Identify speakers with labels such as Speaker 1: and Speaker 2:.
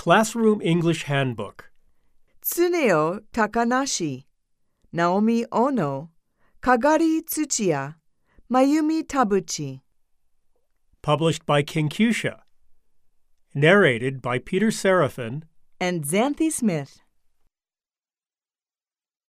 Speaker 1: Classroom English Handbook.
Speaker 2: Tsuneo Takanashi, Naomi Ono, Kagari Tsuchiya, Mayumi Tabuchi.
Speaker 1: Published by Kinkusha. Narrated by Peter Serafin
Speaker 2: and Xanthi Smith.